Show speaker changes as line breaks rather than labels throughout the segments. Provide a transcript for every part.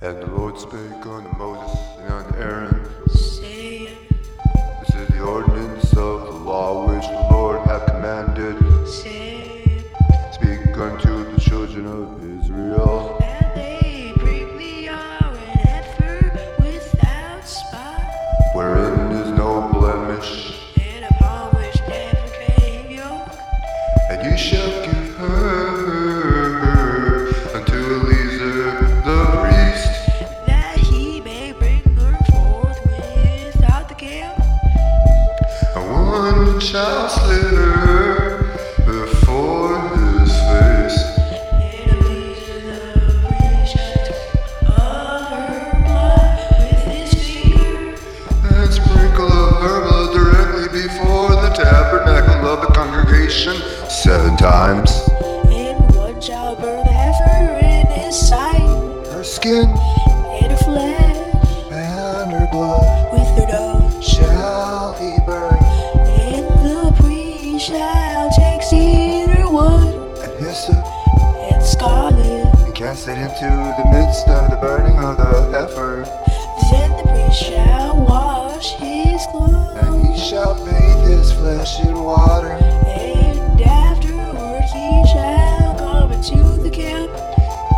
And the Lord spake unto Moses and unto Aaron,
Say,
This is the ordinance of the law which the Lord hath commanded.
say,
Speak unto the children of Israel,
that they privily are an heifer without spot,
wherein is no blemish.
and upon which never came yoke.
And you shall give her unto Eliezer the priest.
That he may bring her forth without the gale.
And one shall slay her before his face.
And a piece of the reject of her blood with his finger.
And sprinkle of her blood directly before the tabernacle of the congregation seven times.
And one shall burn the heifer in his sight.
Her skin
And her flesh
and her blood
with her nose.
shall he burn.
And the priest shall take cedar wood
And hyssop
and scarlet.
and cast it into the midst of the burning of the heifer.
Then the priest shall wash his
And he
clothes.
shall bathe his flesh in water,
And afterward he shall come into the camp.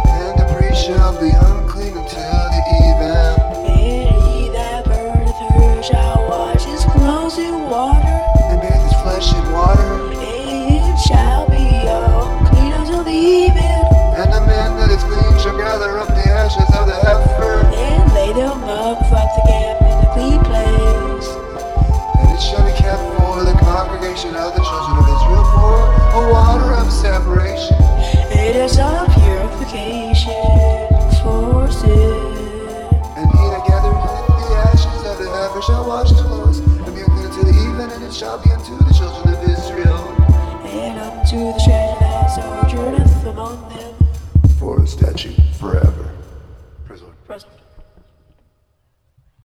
and the priest shall be unclean until the even.
And he that burneth her shall wash his clothes in water.
And bathe his flesh in water,
And shall be unclean until the evening.
and the man that is clean shall gather up the ashes of the heifer,
And lay them up from the camp in a clean place.
and it shall be kept for the congregation of the children of Israel for a water of separation.
It is a purification for sin.
And he that gathereth the ashes of the heifer shall wash the clothes, and be unclean until the even, and it shall be unto the children of Israel
And unto the treasure that sojourneth among them.
for a statute.